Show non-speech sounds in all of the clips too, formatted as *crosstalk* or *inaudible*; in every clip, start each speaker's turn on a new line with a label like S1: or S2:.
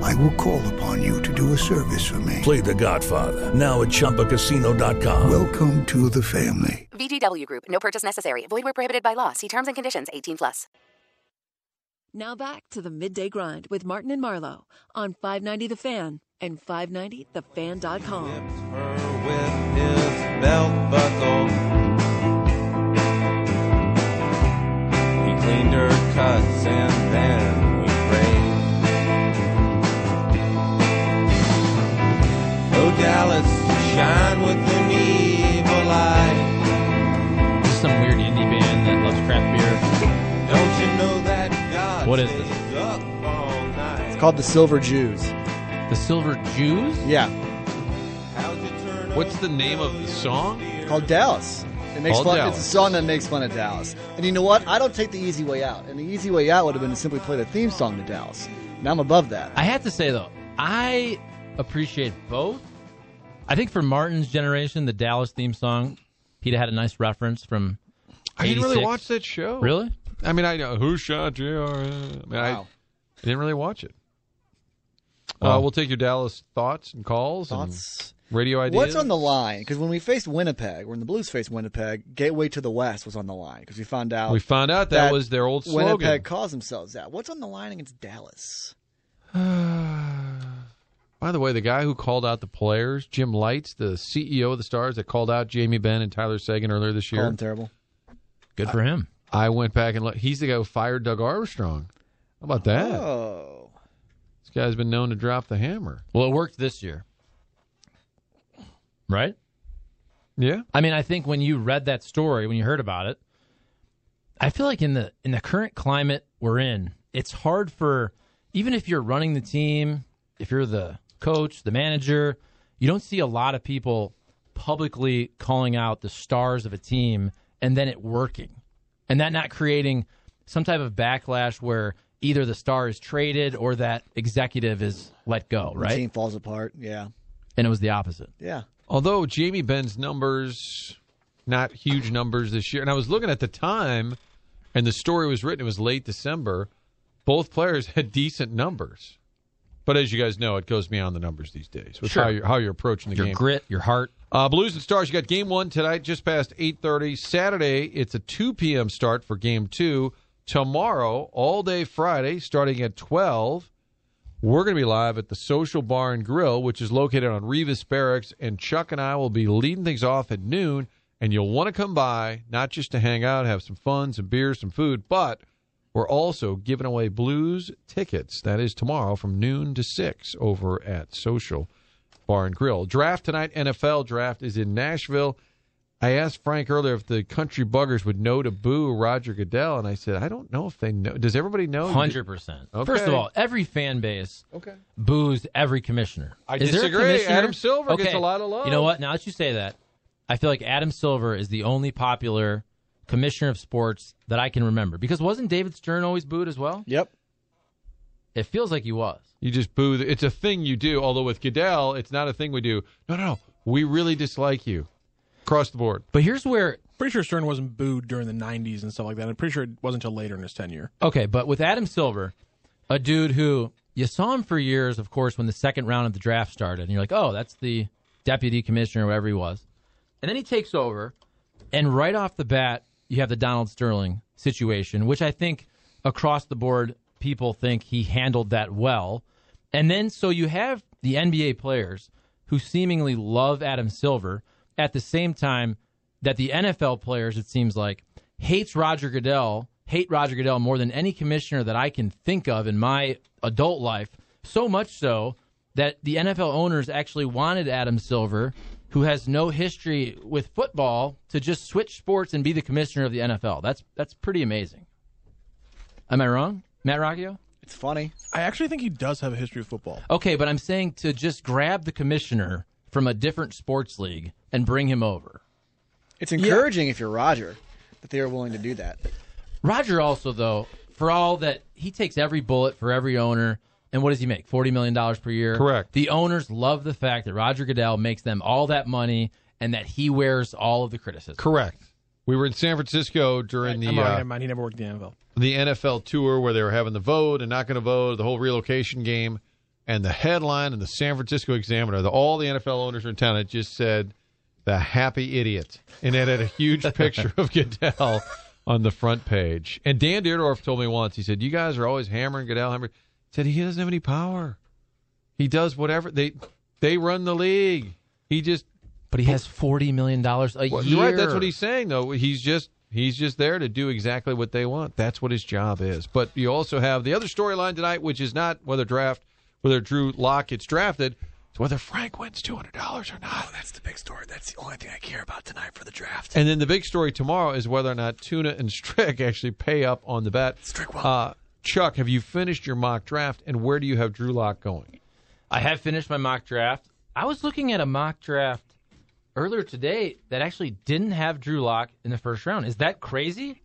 S1: I will call upon you to do a service for me.
S2: Play The Godfather now at ChumbaCasino.com.
S1: Welcome to the family.
S3: VGW Group. No purchase necessary. Void where prohibited by law. See terms and conditions. 18 plus.
S4: Now back to the midday grind with Martin and Marlowe on 590 The Fan and 590thefan.com.
S5: Whipped her with his belt buckle. He cleaned her cuts and then we prayed. Oh, Dallas, shine with an evil eye.
S6: This is some weird indie band that loves craft beer.
S5: Don't you know that God
S6: What is
S5: stays up all night?
S7: It's called the Silver Jews.
S6: The Silver Jews?
S7: Yeah,
S5: How'd you turn
S8: What's the
S5: over
S8: name of the song?
S5: dear?
S7: called Dallas. It makes
S8: Called
S7: fun.
S8: Dallas.
S7: It's a song that makes fun of Dallas. And you know what? I don't take the easy way out. And the easy way out would have been to simply play the theme song to Dallas. Now I'm above that.
S6: I have to say though, I appreciate both. I think for Martin's generation, the Dallas theme song, he'd had a nice reference from.
S8: I didn't really
S6: 86.
S8: watch that show.
S6: Really?
S8: I mean, I know who shot you. Or, uh, I mean, I, I didn't really watch it. uh,
S6: Well.
S8: we'll take your Dallas thoughts and calls
S7: Thoughts?
S8: and radio ideas.
S7: What's on the line? Because when we faced Winnipeg, when the Blues faced Winnipeg, Gateway to the West was on the line because we found out
S8: We found out that, was their old slogan.
S7: Winnipeg calls themselves that. What's on the line against Dallas?
S8: *sighs* By the way, the guy who called out the players, Jim Lights, the CEO of the Stars, that called out Jamie Benn and Tyler Sagan earlier this
S7: Call
S8: year.
S7: them terrible.
S6: Good for him.
S8: I went back and looked. He's the guy who fired Doug Armstrong. How about that?
S7: Oh,
S8: This guy's been known to drop the hammer.
S6: Well, it worked this year, right?
S8: Yeah.
S6: I mean, I think when you read that story, when you heard about it, I feel like in the in the current climate we're in, it's hard for even if you're running the team, if you're the coach, the manager, you don't see a lot of people publicly calling out the stars of a team and then it working. And that not creating some type of backlash where either the star is traded or that executive is let go,
S7: the
S6: right?
S7: team falls apart. Yeah,
S6: And it was the opposite.
S7: yeah.
S8: Although Jamie Benn's numbers, not huge numbers this year. And I was looking at the time, and the story was written, it was late December. Both players *laughs* had decent numbers. But as you guys know, it goes beyond the numbers these days. With
S6: Sure.
S8: how, you're, how you're approaching the
S6: Your
S8: game.
S6: grit, your heart.
S8: Uh, Blues and Stars, you got game one tonight, just past 8.30. Saturday, it's a 2 p.m. start for game two. Tomorrow, all day Friday, starting at 12, we're going to be live at the Social Bar and Grill, which is located on Rivas Barracks, and Chuck and I will be leading things off at noon, and you'll want to come by, not just to hang out, have some fun, some beer, some food, but we're also giving away Blues tickets. That is tomorrow from noon to 6 over at Social Bar and Grill. Draft tonight, NFL draft is in Nashville. I asked Frank earlier if the country buggers would know to boo Roger Goodell, and I said, I don't know if they know. Does everybody know?
S6: Hundred percent.
S8: Oh, Okay.
S6: First of all, every fan base
S8: Okay.
S6: boos every commissioner.
S8: I
S6: Is there a
S8: disagree.
S6: commissioner-
S8: Adam Silver gets a lot of love.
S6: You know what? Now that you say that, I feel like Adam Silver is the only popular commissioner of sports that I can remember. Because wasn't David Stern always booed as well?
S7: Yep.
S6: It feels like he was.
S8: You just boo. The, it's a thing you do. Although with Goodell, it's not a thing we do. No, no, no. We really dislike you across the board.
S6: But here's where
S9: Pretty sure Stern wasn't booed during the 90s and stuff like that. I'm pretty sure it wasn't until later in his tenure.
S6: Okay, but with Adam Silver, a dude who you saw him for years, of course, when the second round of the draft started, and you're like, oh, that's the deputy commissioner, whatever he was. And then he takes over, and right off the bat, you have the Donald Sterling situation, which I think across the board, people think he handled that well. And then so you have the NBA players who seemingly love Adam Silver at the same time that the NFL players, it seems like, hates Roger Goodell, hate Roger Goodell more than any commissioner that I can think of in my adult life. So much so that the NFL owners actually wanted Adam Silver, who has no history with football, to just switch sports and be the commissioner of the NFL. That's that's pretty amazing. Am I wrong, Matt Rocchio?
S7: It's funny.
S9: I actually think he does have a history of football.
S6: Okay, but I'm saying to just grab the commissioner from a different sports league and bring him over.
S7: It's encouraging if you're Roger that they are willing to do that.
S6: Roger also though, for all that he takes every bullet for every owner, and what does he make? Forty million dollars per year.
S10: Correct.
S6: The owners love the fact that Roger Goodell makes them all that money and that he wears all of the criticism.
S10: Correct. We were in San Francisco during the
S8: I'm already-
S10: uh,
S8: never mind. He never worked in the NFL.
S10: the NFL tour where they were having the vote and not going to vote, the whole relocation game, and the headline in the San Francisco Examiner, the, all the NFL owners are in town, it just said, the happy idiot. And it had a huge picture of Goodell on the front page. And Dan Dierdorf told me once, he said, you guys are always hammering Goodell, hammering. He said, he doesn't have any power. He does whatever. They they run the league. He just,
S6: But he has forty million dollars a
S10: well,
S6: year.
S10: you're right, that's what he's saying, though. He's just he's just there to do exactly what they want. That's what his job is. But you also have the other storyline tonight, which is not whether draft whether Drew Locke gets drafted, it's whether Frank wins two hundred dollars or not.
S1: Oh, That's the big story. That's the only thing I care about tonight for the draft.
S10: And then the big story tomorrow is whether or not Tuna and Strick *laughs* actually pay up on the bet.
S1: Strick will.
S10: uh, Chuck, have you finished your mock draft, and where do you have Drew Locke going?
S6: I have finished my mock draft. I was looking at a mock draft earlier today that actually didn't have Drew Lock in the first round. Is that crazy?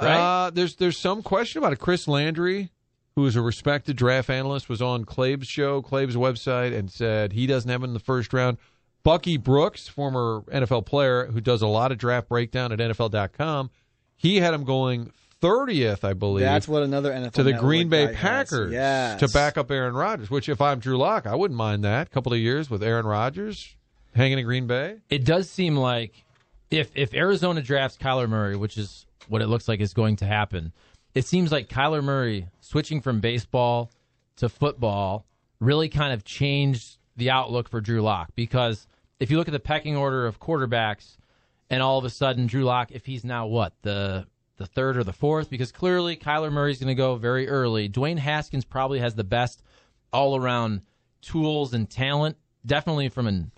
S6: Right?
S10: Uh, there's there's some question about it. Chris Landry, who is a respected draft analyst, was on Klaib's show, Klaib's website, and said he doesn't have him in the first round. Bucky Brooks, former NFL player who does a lot of draft breakdown at NFL.com, he had him going 30th, I believe,
S7: That's what another NFL
S10: to the
S7: Network
S10: Green Bay
S7: guy has.
S10: Packers
S7: Yes.
S10: to back up Aaron Rodgers, which if I'm Drew Lock, I wouldn't mind that. couple of years with Aaron Rodgers hanging in Green Bay.
S6: it does seem like if if Arizona drafts Kyler Murray, which is what it looks like is going to happen, it seems like Kyler Murray switching from baseball to football really kind of changed the outlook for Drew Lock because if you look at the pecking order of quarterbacks and all of a sudden Drew Lock, if he's now what, the the third or the fourth, because clearly Kyler Murray's gonna go very early. Dwayne Haskins probably has the best all around tools and talent, definitely from an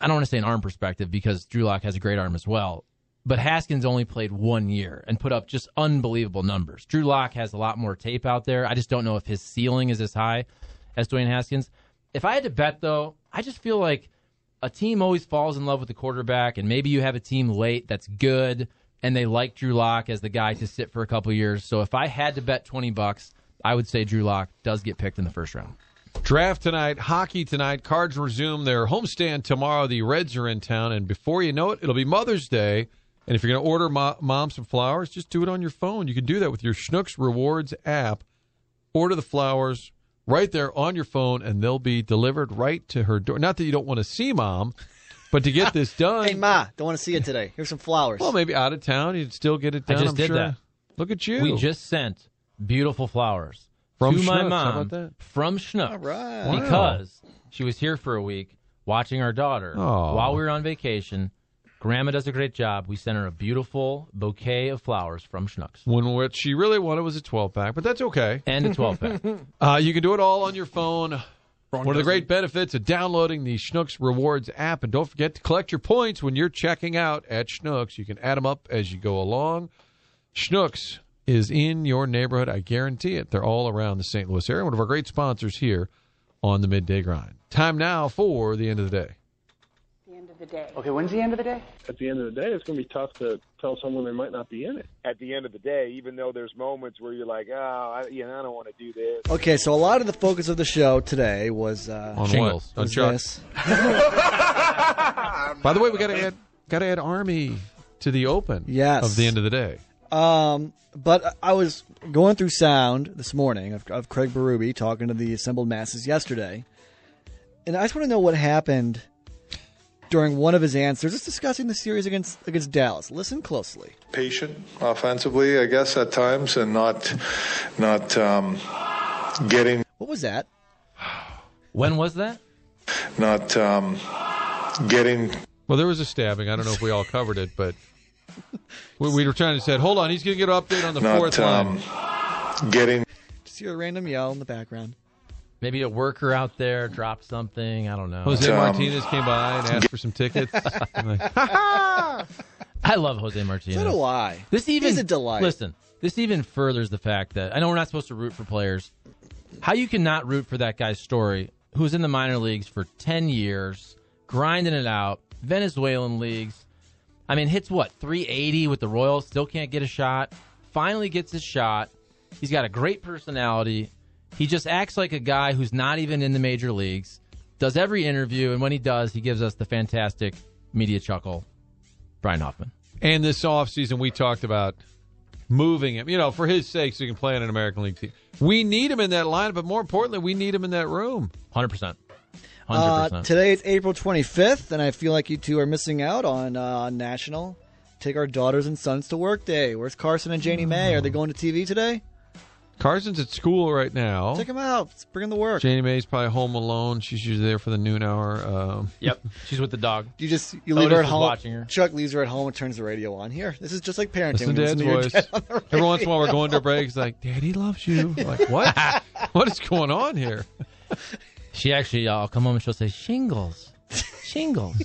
S6: I don't want to say an arm perspective because Drew Lock has a great arm as well. But Haskins only played one year and put up just unbelievable numbers. Drew Lock has a lot more tape out there. I just don't know if his ceiling is as high as Dwayne Haskins. If I had to bet, though, I just feel like a team always falls in love with the quarterback, and maybe you have a team late that's good and they like Drew Lock as the guy to sit for a couple years. So if I had to bet 20 bucks, I would say Drew Lock does get picked in the first round.
S10: Draft tonight, hockey tonight. Cards resume their homestand tomorrow. The Reds are in town, and before you know it, it'll be Mother's Day. And if you're going to order mo- mom some flowers, just do it on your phone. You can do that with your Schnucks Rewards app. Order the flowers right there on your phone, and they'll be delivered right to her door. Not that you don't want to see mom, but to get this done,
S7: Hey Ma, don't want to see it today. Here's some flowers.
S10: well, maybe out of town, you'd still get it
S6: I
S10: done.
S6: just
S10: I'm
S6: did
S10: sure.
S6: that.
S10: Look at you.
S6: We just sent beautiful flowers
S10: From
S6: to my
S10: Schnucks, how
S6: mom
S10: about that?
S6: from Schnucks
S7: right.
S10: Wow.
S6: because she was here for a week watching our daughter
S10: Aw.
S6: while we were on vacation. Grandma does a great job. We sent her a beautiful bouquet of flowers from Schnucks
S10: when what she really wanted was a 12 pack, but that's okay.
S6: and a 12 pack.
S10: Uh, you can do it all on your phone. One of the great benefits of downloading the Schnucks Rewards app. And don't forget to collect your points when you're checking out at Schnucks. You can add them up as you go along. Schnucks is in your neighborhood. I guarantee it. They're all around the St. Louis area. One of our great sponsors here on the Midday Grind. Time now for the end of the day.
S11: Okay, when's the end of the day?
S12: at the end of the day, it's going to be tough to tell someone they might not be in it. At the end of the day, even though there's moments where you're like, oh, I, you know, I don't want to do this.
S7: Okay, so a lot of the focus of the show today was uh,
S10: On
S6: Shingles.
S10: what? On
S7: was
S10: Chuck.
S7: this.
S10: By the way, we got to add got to add Army to the open
S7: Yes.
S10: of the end of the day.
S7: Um, but I was going through sound this morning of, of Craig Berube talking to the assembled masses yesterday, and I just want to know what happened during one of his answers. It's discussing the series against against Dallas. Listen closely.
S12: Patient offensively, I guess, at times, and not, not um, getting,
S7: What was that?
S6: when was that?
S12: not um, getting
S10: Well, there was a stabbing. I don't know if we all covered it, but we, we were trying to say, hold on, he's going to get an update on the fourth
S12: not um,
S10: line.
S12: getting
S7: Just hear a random yell in the background.
S6: Maybe a worker out there dropped something. I don't know.
S10: Jose
S12: um,
S10: Martinez came by and asked for
S12: *laughs*
S10: some tickets. I'm like, "Ha,
S6: I love Jose Martinez.
S7: So do I.
S6: This even
S7: He's a delight.
S6: Listen, this even furthers the fact that I know we're not supposed to root for players. How you can not root for that guy's story, who's in the minor leagues for ten years, grinding it out, Venezuelan leagues, I mean, hits what 380 with the Royals, still can't get a shot. Finally gets his shot. He's got a great personality. He just acts like a guy who's not even in the major leagues. Does every interview, and when he does, he gives us the fantastic media chuckle. Brian Hoffman.
S10: And this offseason, we talked about moving him, you know, for his sake, so he can play on an American League team. We need him in that lineup, but more importantly, we need him in that room.
S6: 100%.
S7: Uh, today it's April 25th, and I feel like you two are missing out on uh, National Take Our Daughters and Sons to Work Day. Where's Carson and Janie May? Are they going to TV today?
S10: Carson's at school right now.
S7: Take them out. Let's bring in the work.
S10: Janie May's probably home alone. She's usually there for the noon hour. Um,
S6: Yep. She's with the dog.
S7: You just you leave her at
S6: is
S7: home.
S6: watching her.
S7: Chuck leaves her at home and turns the radio on. Here, this is just like parenting.
S10: Listen
S7: We
S10: to Dad's
S7: your
S10: voice.
S7: dad on the
S10: Every once in a while, we're
S7: radio.
S10: going to a break. He's like, "Daddy loves you." I'm like, what? what is going on here?
S6: She actually, uh, I'll come home and she'll say, shingles. Shingles.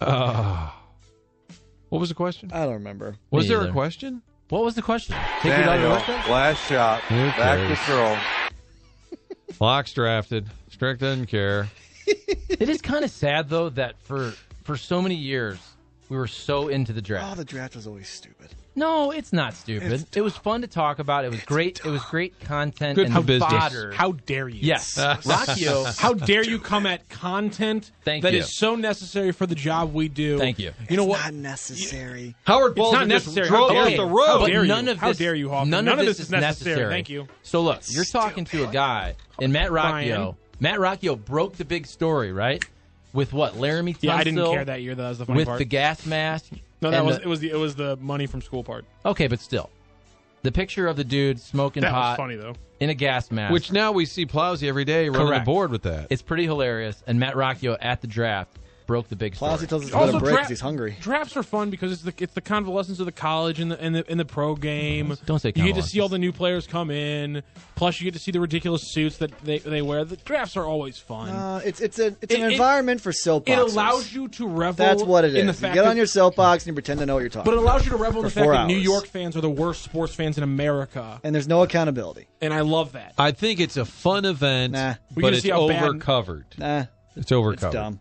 S10: Uh, what was the question?
S7: I don't remember.
S10: Was
S6: Me
S10: there a
S6: either.
S10: question?
S6: what was the question? Take your dog to work day?
S5: last shot,
S10: Who cares?
S5: throw.
S10: *laughs* Locks drafted. Strick doesn't care.
S6: It is kind of sad, though, that for for so many years, we were so into the draft.
S7: Oh, the draft was always stupid.
S6: No, it's not stupid. it was fun to talk about. It was great. It was great content
S10: Good
S6: and
S10: for business.
S6: fodder.
S8: How dare you?
S6: yes, *laughs* Rockio.
S8: How dare you come at content
S6: Thank
S8: that
S6: you.
S8: is so necessary for the job we do?
S6: Thank you.
S8: You know
S7: It's
S8: what?
S7: Not necessary.
S10: Howard
S8: It's
S10: Baldwin
S8: not
S10: just
S8: necessary.
S10: drove
S8: How dare
S10: off
S8: you.
S10: the
S8: How
S10: road.
S8: dare
S6: But
S8: you.
S6: none of
S8: How
S6: this,
S8: dare you, Hoffman.
S6: None,
S8: None
S6: of
S8: of
S6: this,
S8: this
S6: is
S8: is necessary. Thank you.
S6: So look, you're talking to a guy, and Matt Rockio.
S8: Brian.
S6: Matt Rockio broke the big story, right? With what Laramie Tunsil?
S8: Yeah, I didn't care that year. That was the funny
S6: With
S8: part.
S6: the gas mask.
S8: no, that
S6: and
S8: was
S6: the-
S8: it. Was the it was the money from school part.
S6: okay, but still, the picture of the dude smoking
S8: That was
S6: pot
S8: funny though.
S6: in a gas mask,
S10: Which now we see Plowsy every day running
S6: Correct.
S10: the board with that.
S6: it's pretty hilarious. And Matt Rockio at the draft broke the big story.
S7: Plowsy tells us to let
S8: Also,
S7: him break
S8: dra-
S7: 'cause he's hungry.
S8: Drafts are fun because it's the it's the convalescence of the college and the and the, and the pro game.
S6: Don't say
S8: you get to see
S6: convalescence.
S8: all the new players come in. Plus, you get to see the ridiculous suits that they, they wear. The drafts are always fun.
S7: Uh, it's it's a it's an
S8: It- it-
S7: environment for soapboxes.
S8: it allows you to revel.
S7: That's what it is.
S8: in The
S7: you
S8: fact
S7: get on
S8: that-
S7: your soapbox and you pretend to know what you're talking.
S8: But it
S7: about.
S8: allows you to revel in the
S7: For
S8: fact
S7: four
S8: that New
S7: hours.
S8: York fans are the worst sports fans in America,
S7: and there's no accountability.
S8: and I love that.
S10: I think it's a fun event,
S7: Nah.
S8: We
S10: but
S8: can
S10: it's
S8: see how bad-
S10: over covered.
S7: Nah,
S10: It's over
S7: it's dumb.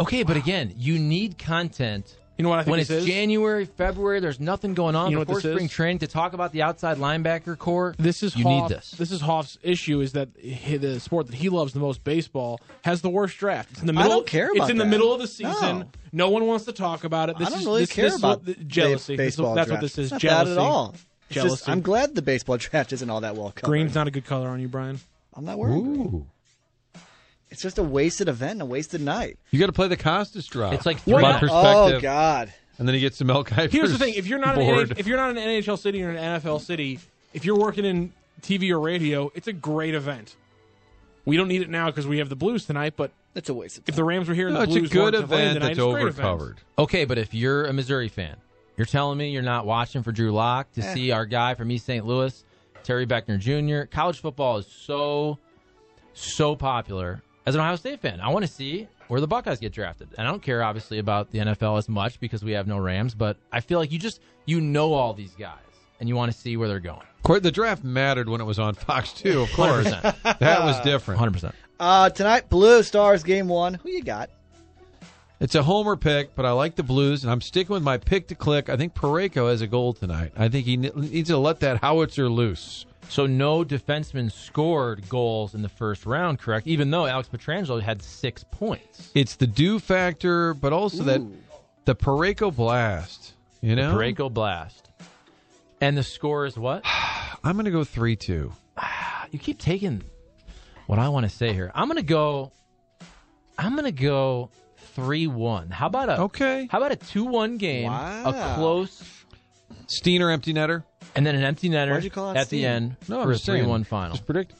S6: Okay, but again, you need content.
S8: You know what I think
S6: when
S8: this
S6: it's
S8: is?
S6: January, February, there's nothing going on
S8: You know what
S6: before
S8: this is?
S6: spring training to talk about the outside linebacker core.
S8: This is
S6: you
S8: Hoff,
S6: need this.
S8: is Hoff's issue is that he, the sport that he loves the most, baseball, has the worst draft. It's in the
S7: I
S8: middle.
S7: don't care
S8: It's
S7: about
S8: in the
S7: that.
S8: middle of the season. No, one wants to talk about it. This
S7: I don't
S8: is,
S7: really
S8: this-
S7: care
S8: this is what-
S7: about the
S8: jealousy. This is-
S7: Baseball
S8: that's what
S7: draft.
S8: this is.
S7: It's not bad
S8: jealousy
S7: at all. It's just-
S8: Jealousy.
S7: I'm glad the baseball *laughs* draft isn't all that well covered.
S8: Green's not a good color on you, Brian.
S7: I'm not worried. It's just a wasted event, and a wasted night.
S10: You got to play the Costas drop.
S6: It's like
S10: from
S6: three-
S10: my perspective,
S7: Oh God.
S10: and then he gets to Mel Kiper's
S8: Here's
S10: *laughs*
S8: the thing: if you're not an
S10: board.
S8: NH if you're not an NHL city or an NFL city, if you're working in TV or radio, it's a great event. We don't need it now because we have the Blues tonight. But
S7: It's a waste of
S8: if
S7: time.
S8: the Rams were here, and
S10: No,
S8: the
S10: it's a
S8: Blues
S10: good
S8: weren't to play
S10: event
S8: tonight,
S10: that's
S8: it's a great
S10: over
S8: event.
S10: covered.
S6: okay, but if you're a Missouri fan, you're telling me you're not watching for Drew Lock to see our guy from East St. Louis, Terry Beckner Jr. College football is so, so popular. As an Ohio State fan, I want to see where the Buckeyes get drafted. And I don't care obviously about the NFL as much because we have no Rams, but I feel like you just you know all these guys and you want to see where they're going.
S10: Of course, The draft mattered when it was
S8: *laughs*
S10: on Fox 2, of course.
S6: 100%.
S10: that was different.
S6: 100%.
S7: Uh, tonight, Blue Stars game one. Who you got? *laughs*
S10: It's a homer pick, but I like the Blues, and I'm sticking with my pick to click. I think Pareko has a goal tonight. I think he ne- needs to let that howitzer loose.
S6: So no defenseman scored goals in the first round, correct? Even though Alex Petrangelo had six points.
S10: It's the do factor, but also that the Pareko blast. You know,
S6: Draco Blast. And the score is what? *sighs*
S10: I'm going to go three two.
S6: You keep taking what I want to say here. I'm gonna go I'm gonna go three one. How about a
S10: Okay,
S6: how about a two one game? A
S7: Wow.
S6: close
S10: Steiner empty netter.
S6: and then an empty netter
S7: Why'd you call it
S6: at the
S7: Steam?
S6: end
S10: No,
S6: for
S10: I'm
S6: a
S10: just saying.
S6: three one final.
S10: *laughs* Just predict.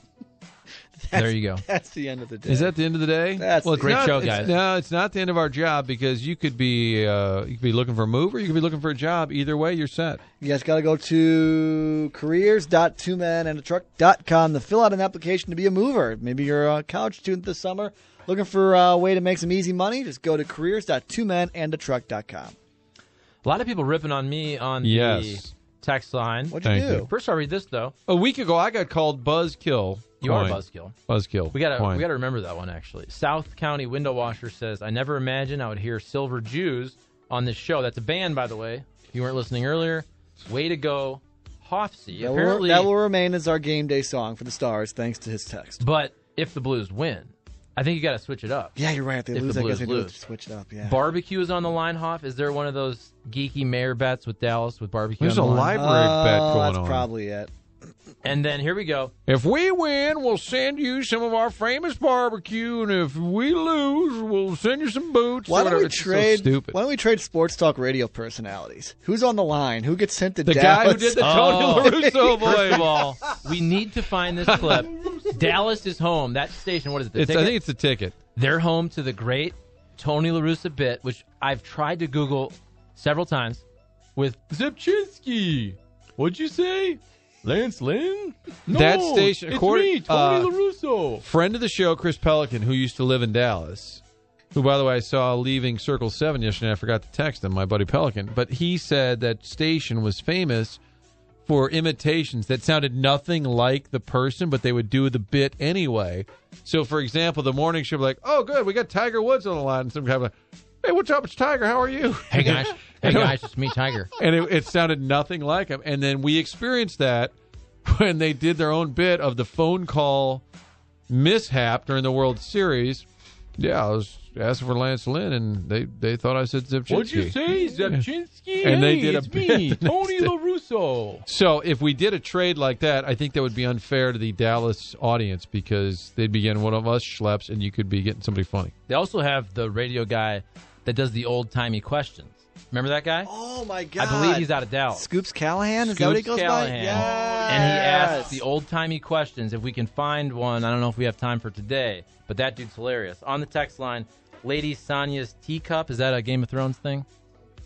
S6: There you go.
S7: That's the end of the day.
S10: Is that the end of the day?
S7: That's
S10: it's
S6: Great
S10: not-
S6: show,
S10: it's-
S6: guys.
S10: no, it's not the end of our job because you could be uh, you could be looking for a move or you could be looking for a job. Either way, you're set.
S7: You guys got to go to careers.twomenandatruck.com to fill out an application to be a mover. Maybe you're a college student this summer looking for a way to make some easy money. Just go to careers.twomenandatruck.com.
S6: A lot of people ripping on me on the
S10: Yes.
S6: text line.
S7: What'd you
S10: Thank
S7: do?
S10: you.
S6: First I'll read this though.
S10: A week ago, I got called Buzzkill.
S6: You are a
S10: Coin.
S6: buzzkill.
S10: Buzzkill.
S6: We gotta
S10: Coin.
S6: we gotta remember that one actually. South County window washer says, "I never imagined I would hear Silver Jews on this show. That's a band, by the way. If you weren't listening earlier, way to go, Hofsey.
S7: That will,
S6: apparently,
S7: that will remain as our game day song for the Stars, thanks to his text.
S6: but if the Blues win, I think you got to switch it up.
S7: Yeah, you're right. If they
S6: If
S7: lose,
S6: the
S7: I guess
S6: Blues
S7: they do have
S6: lose.
S7: to switch it up. Yeah.
S6: Barbecue is on the line, Hoff. Is there one of those geeky mayor bets with Dallas with barbecue?
S10: There's
S6: on the
S10: a
S6: line?
S10: library bet
S7: Oh,
S10: going
S7: that's
S10: on.
S7: probably it.
S6: And then here we
S10: *laughs*
S6: go.
S10: If we win, we'll send you some of our famous barbecue, and if we lose, we'll send you some boots.
S7: Why
S10: or
S7: don't we
S10: whatever. It's so
S7: trade?
S10: stupid.
S7: Why don't we trade sports talk radio personalities? Who's on the line? Who gets sent to
S10: The guy
S7: Dallas?
S10: who did the Tony LaRusso
S6: First
S7: *laughs*
S6: of
S10: voice.
S6: all, we need to find this
S10: *laughs*
S6: clip. Dallas is home. That station, what is it? The
S10: It's, I
S6: ticket?
S10: think it's a ticket.
S6: They're home to the great Tony LaRussa bit, which I've tried to Google several times with Zipchinski. What'd you say? Lance Lynn? No,
S10: That station-
S6: it's
S10: according-
S6: me, Tony
S10: uh,
S6: LaRusso.
S10: Friend of the show, Chris Pelican, who used to live in Dallas, who, by the way, I saw leaving Circle 7 yesterday. I forgot to text him, my buddy Pelican. But he said that station was famous for imitations that sounded nothing like the person, but they would do the bit anyway. So, for example, the morning show, would be like, oh, good, we got Tiger Woods on the line. And some guy would be like, hey, what's up? It's Tiger. How are you?
S6: Hey guys, *laughs* hey
S10: *laughs*
S6: guys, it's me, Tiger.
S10: and it, it sounded nothing like him. And then we experienced that when they did their own bit of the phone call mishap during the World Series. Yeah, I was asking for Lance Lynn, and they, they thought I said Zipchinski.
S6: say, Zipchinski?
S10: And they Hey, did a it's bit *laughs* me, the next Tony day.
S6: LaRusso.
S10: So if we did a trade like that, I think that would be unfair to the Dallas audience because they'd be getting one of us schleps, and you could be getting somebody funny.
S6: They also have the radio guy that does the old timey questions. Remember that guy?
S7: Oh my god!
S6: I believe he's out of Dallas.
S7: Scoops Callahan. Is that what he goes
S6: Scoops
S7: by?
S6: Callahan.
S7: Yes.
S6: And he asks the old timey questions. If we can find one, I don't know if we have time for today, but that dude's hilarious. On the text line, Lady Sonya's teacup. Is that a Game of Thrones thing?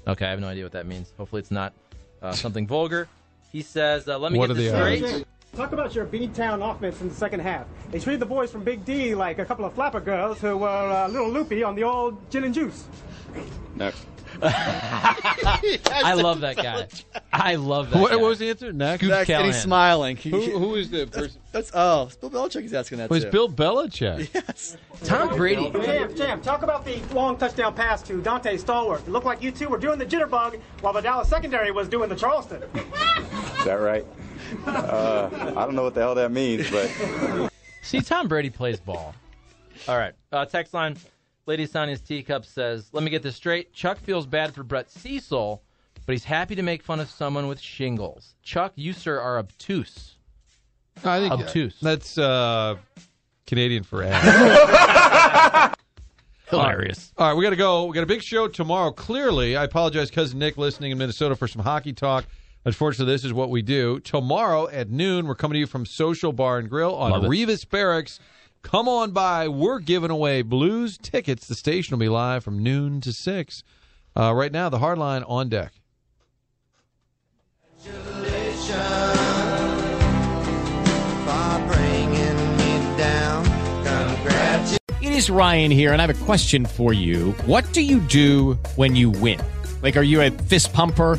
S6: Okay, I have no idea what that means. Hopefully, it's not uh, something vulgar. He says, uh, "Let me
S10: What
S6: get
S10: are
S6: this
S10: the
S6: straight."
S10: odds?
S13: Talk about your B-Town offense in the second half. They treated the boys from Big D like a couple of flapper girls who were uh, a little loopy on the old gin and juice.
S6: I love that guy. I love that.
S10: What,
S6: guy.
S10: what was the answer? Next.
S6: Scoops
S7: and
S6: Callahan.
S7: he's smiling. He-
S10: Who, who is the person?
S7: That's oh, it's Bill Belichick is asking that.
S10: It was
S7: too.
S10: Bill Belichick.
S7: Yes.
S6: Tom Brady.
S13: Champ, champ, talk about the long touchdown pass to Dante Stallworth. It looked like you two were doing the jitterbug while the Dallas secondary was doing the Charleston.
S14: Is that right? *laughs* Uh, I don't know what the hell that means, but
S6: See, Tom Brady plays ball. All right. Uh, text line Lady Sonia's Teacup says, Let me get this straight. Chuck feels bad for Brett Cecil, but he's happy to make fun of someone with shingles. Chuck, you, sir, are obtuse.
S10: I think
S6: Obtuse.
S10: That's uh, Canadian for ass. *laughs*
S6: Hilarious.
S10: All right, we got to go. We got a big show tomorrow. Clearly, I apologize, cousin Nick, listening in Minnesota for some hockey talk. Unfortunately, this is what we do. Tomorrow at noon, we're coming to you from Social Bar and Grill on
S6: Love it.
S10: Revis Barracks. Come on by. We're giving away blues tickets. The station will be live from noon to six. Uh, right now, the hard line on deck.
S15: It is Ryan here, and I have a question for you. What do you do when you win? Like, are you a fist pumper?